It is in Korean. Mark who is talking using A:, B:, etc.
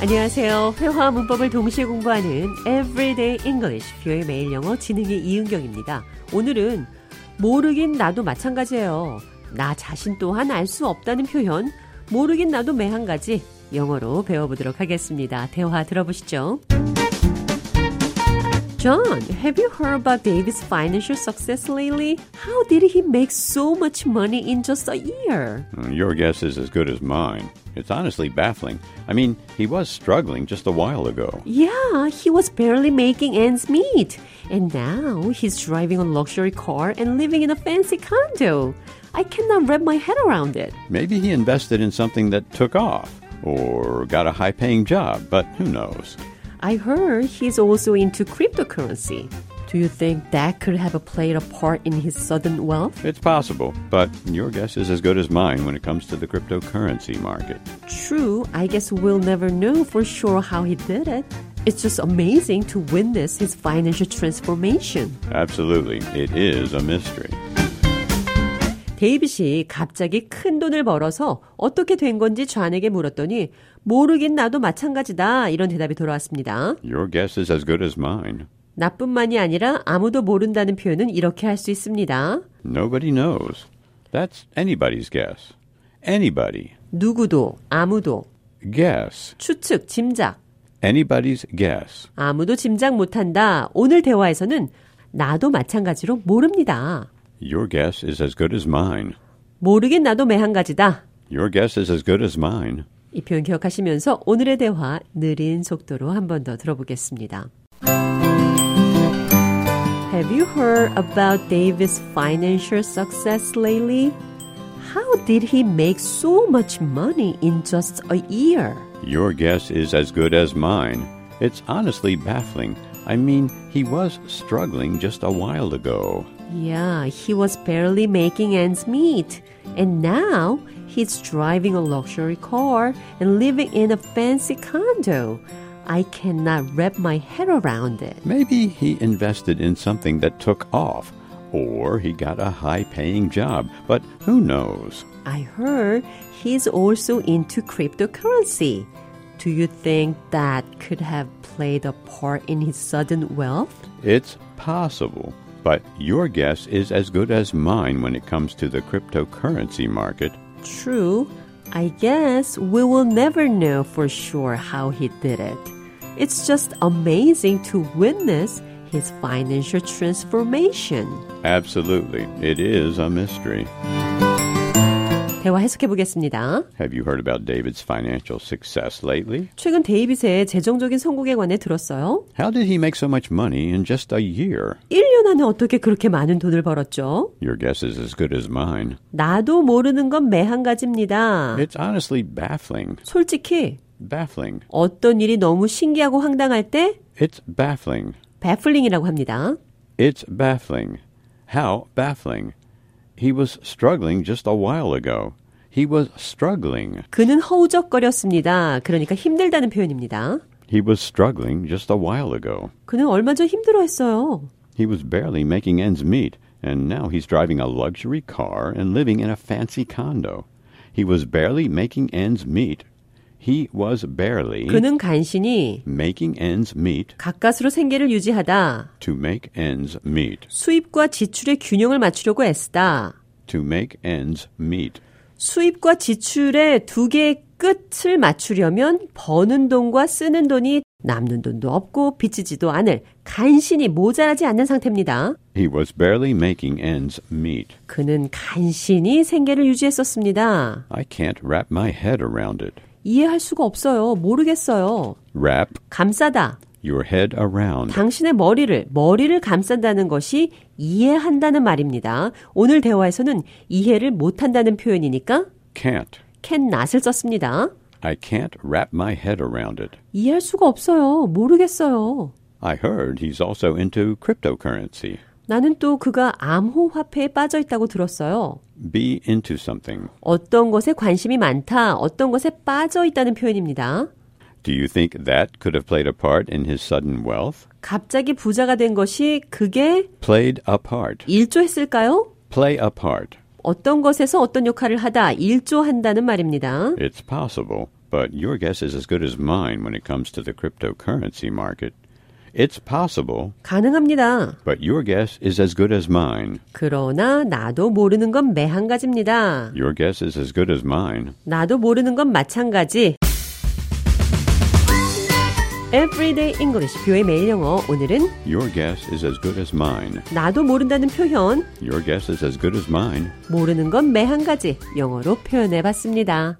A: 안녕하세요. 회화 문법을 동시에 공부하는 Everyday English 뷰의 매일 영어 진행의 이은경입니다. 오늘은 모르긴 나도 마찬가지예요. 나 자신 또한 알 수 없다는 표현 모르긴 나도 매한 가지 영어로 배워보도록 하겠습니다. 대화 들어보시죠. John, have you heard about David's financial success lately? How did he make so much money in just a year?
B: Mm, Your guess is as good as mine. It's honestly baffling. I mean, he was struggling just a while ago.
A: Yeah, he was barely making ends meet. And now he's driving a luxury car and living in a fancy condo. I cannot wrap my head around it.
B: Maybe he invested in something that took off or got a high paying job, but who knows?
A: I heard he's also into cryptocurrency. Do you think that could have played a part in his sudden wealth?
B: It's possible, but your guess is as good as mine when it comes to the cryptocurrency market.
A: True, I guess we'll never know for sure how he did it. It's just amazing to witness his financial transformation.
B: Absolutely, it is a mystery.
A: 데이비 씨 갑자기 큰 돈을 벌어서 어떻게 된 건지 좌에게 물었더니 모르긴 나도 마찬가지다 이런 대답이 돌아왔습니다.
B: Your guess is as good as mine.
A: 나뿐만이 아니라 아무도 모른다는 표현은 이렇게 할 수 있습니다.
B: Nobody knows. That's anybody's guess. Anybody.
A: 누구도, 아무도,
B: Guess.
A: 추측, 짐작,
B: Anybody's guess.
A: 아무도 짐작 못한다. 오늘 대화에서는 나도 마찬가지로 모릅니다.
B: Your guess is as good as mine.
A: 모르긴 나도 매한 가지다.
B: Your guess is as good as mine.
A: 이 표현 기억하시면서 오늘의 대화 느린 속도로 한 번 더 들어보겠습니다. Have you heard about David's financial success lately? How did he make so much money in just a year?
B: Your guess is as good as mine. It's honestly baffling. I mean, he was struggling just a while ago.
A: Yeah, he was barely making ends meet. And now he's driving a luxury car and living in a fancy condo. I cannot wrap my head around it.
B: Maybe he invested in something that took off, or he got a high paying job, but who knows?
A: I heard he's also into cryptocurrency. Do you think that could have played a part in his sudden wealth?
B: It's possible, but your guess is as good as mine when it comes to the cryptocurrency market.
A: True. I guess we will never know for sure how he did it. It's just amazing to witness his financial transformation.
B: Absolutely, it is a mystery.
A: 대화 해석해 보겠습니다.
B: Have you heard about David's financial success lately?
A: 최근 데이빗의 재정적인 성공에 관해 들었어요.
B: How did he make so much money in just a year?
A: 1년 안에 어떻게 그렇게 많은 돈을 벌었죠?
B: Your guess is as good as mine.
A: 나도 모르는 건 매 한 가지입니다.
B: It's honestly baffling.
A: 솔직히
B: Baffling.
A: 어떤 일이 너무 신기하고 황당할 때
B: It's baffling.
A: baffling이라고 합니다.
B: It's baffling. How baffling? He was struggling just a while ago. He was struggling.
A: 그는 허우적거렸습니다. 그러니까 힘들다는 표현입니다.
B: He was struggling just a while ago.
A: 그는 얼마 전 힘들어했어요.
B: He was barely making ends meet, and now he's driving a luxury car and living in a fancy condo. He was barely making ends meet. He was barely
A: 그는 간신히
B: making ends meet
A: 가까스로 생계를 유지하다.
B: to make ends meet.
A: 수입과 지출의 균형을 맞추려고 애쓰다.
B: To make ends meet.
A: 수입과 지출의 두 개의 끝을 맞추려면 버는 돈과 쓰는 돈이 남는 돈도 없고 빚지지도 않을 간신히 모자라지 않는 상태입니다.
B: He was barely making ends meet.
A: 그는 간신히 생계를 유지했었습니다.
B: I can't wrap my head around it.
A: 이해할 수가 없어요. 모르겠어요.
B: Wrap
A: 감싸다.
B: your head around.
A: 당신의 머리를 머리를 감싼다는 것이 이해한다는 말입니다. 오늘 대화에서는 이해를 못한다는 표현이니까
B: Can't.
A: can not을 썼습니다.
B: I can't wrap my head around it.
A: 이해할 수가 없어요. 모르겠어요.
B: I heard he's also into cryptocurrency.
A: 나는 또 그가 암호 화폐에 빠져 있다고 들었어요.
B: Be into something.
A: 어떤 것에 관심이 많다, 어떤 것에 빠져 있다는 표현입니다.
B: Do you think that could have played a part in his sudden wealth?
A: 갑자기 부자가 된 것이 그게
B: Played a part.
A: 일조했을까요?
B: Play a part.
A: 어떤 것에서 어떤 역할을 하다 일조한다는 말입니다.
B: It's possible, but your guess is as good as mine when it comes to the cryptocurrency market. It's possible,
A: 가능합니다.
B: but your guess is as good as mine.
A: 그러나 나도 모르는 건 매한 가지입니다.
B: Your guess is as good as mine.
A: 나도 모르는 건 마찬가지. Everyday English, 뷰의 매일 영어. 오늘은
B: Your guess is as good as mine.
A: 나도 모른다는 표현,
B: Your guess is as good as mine.
A: 모르는 건 매한 가지 영어로 표현해 봤습니다.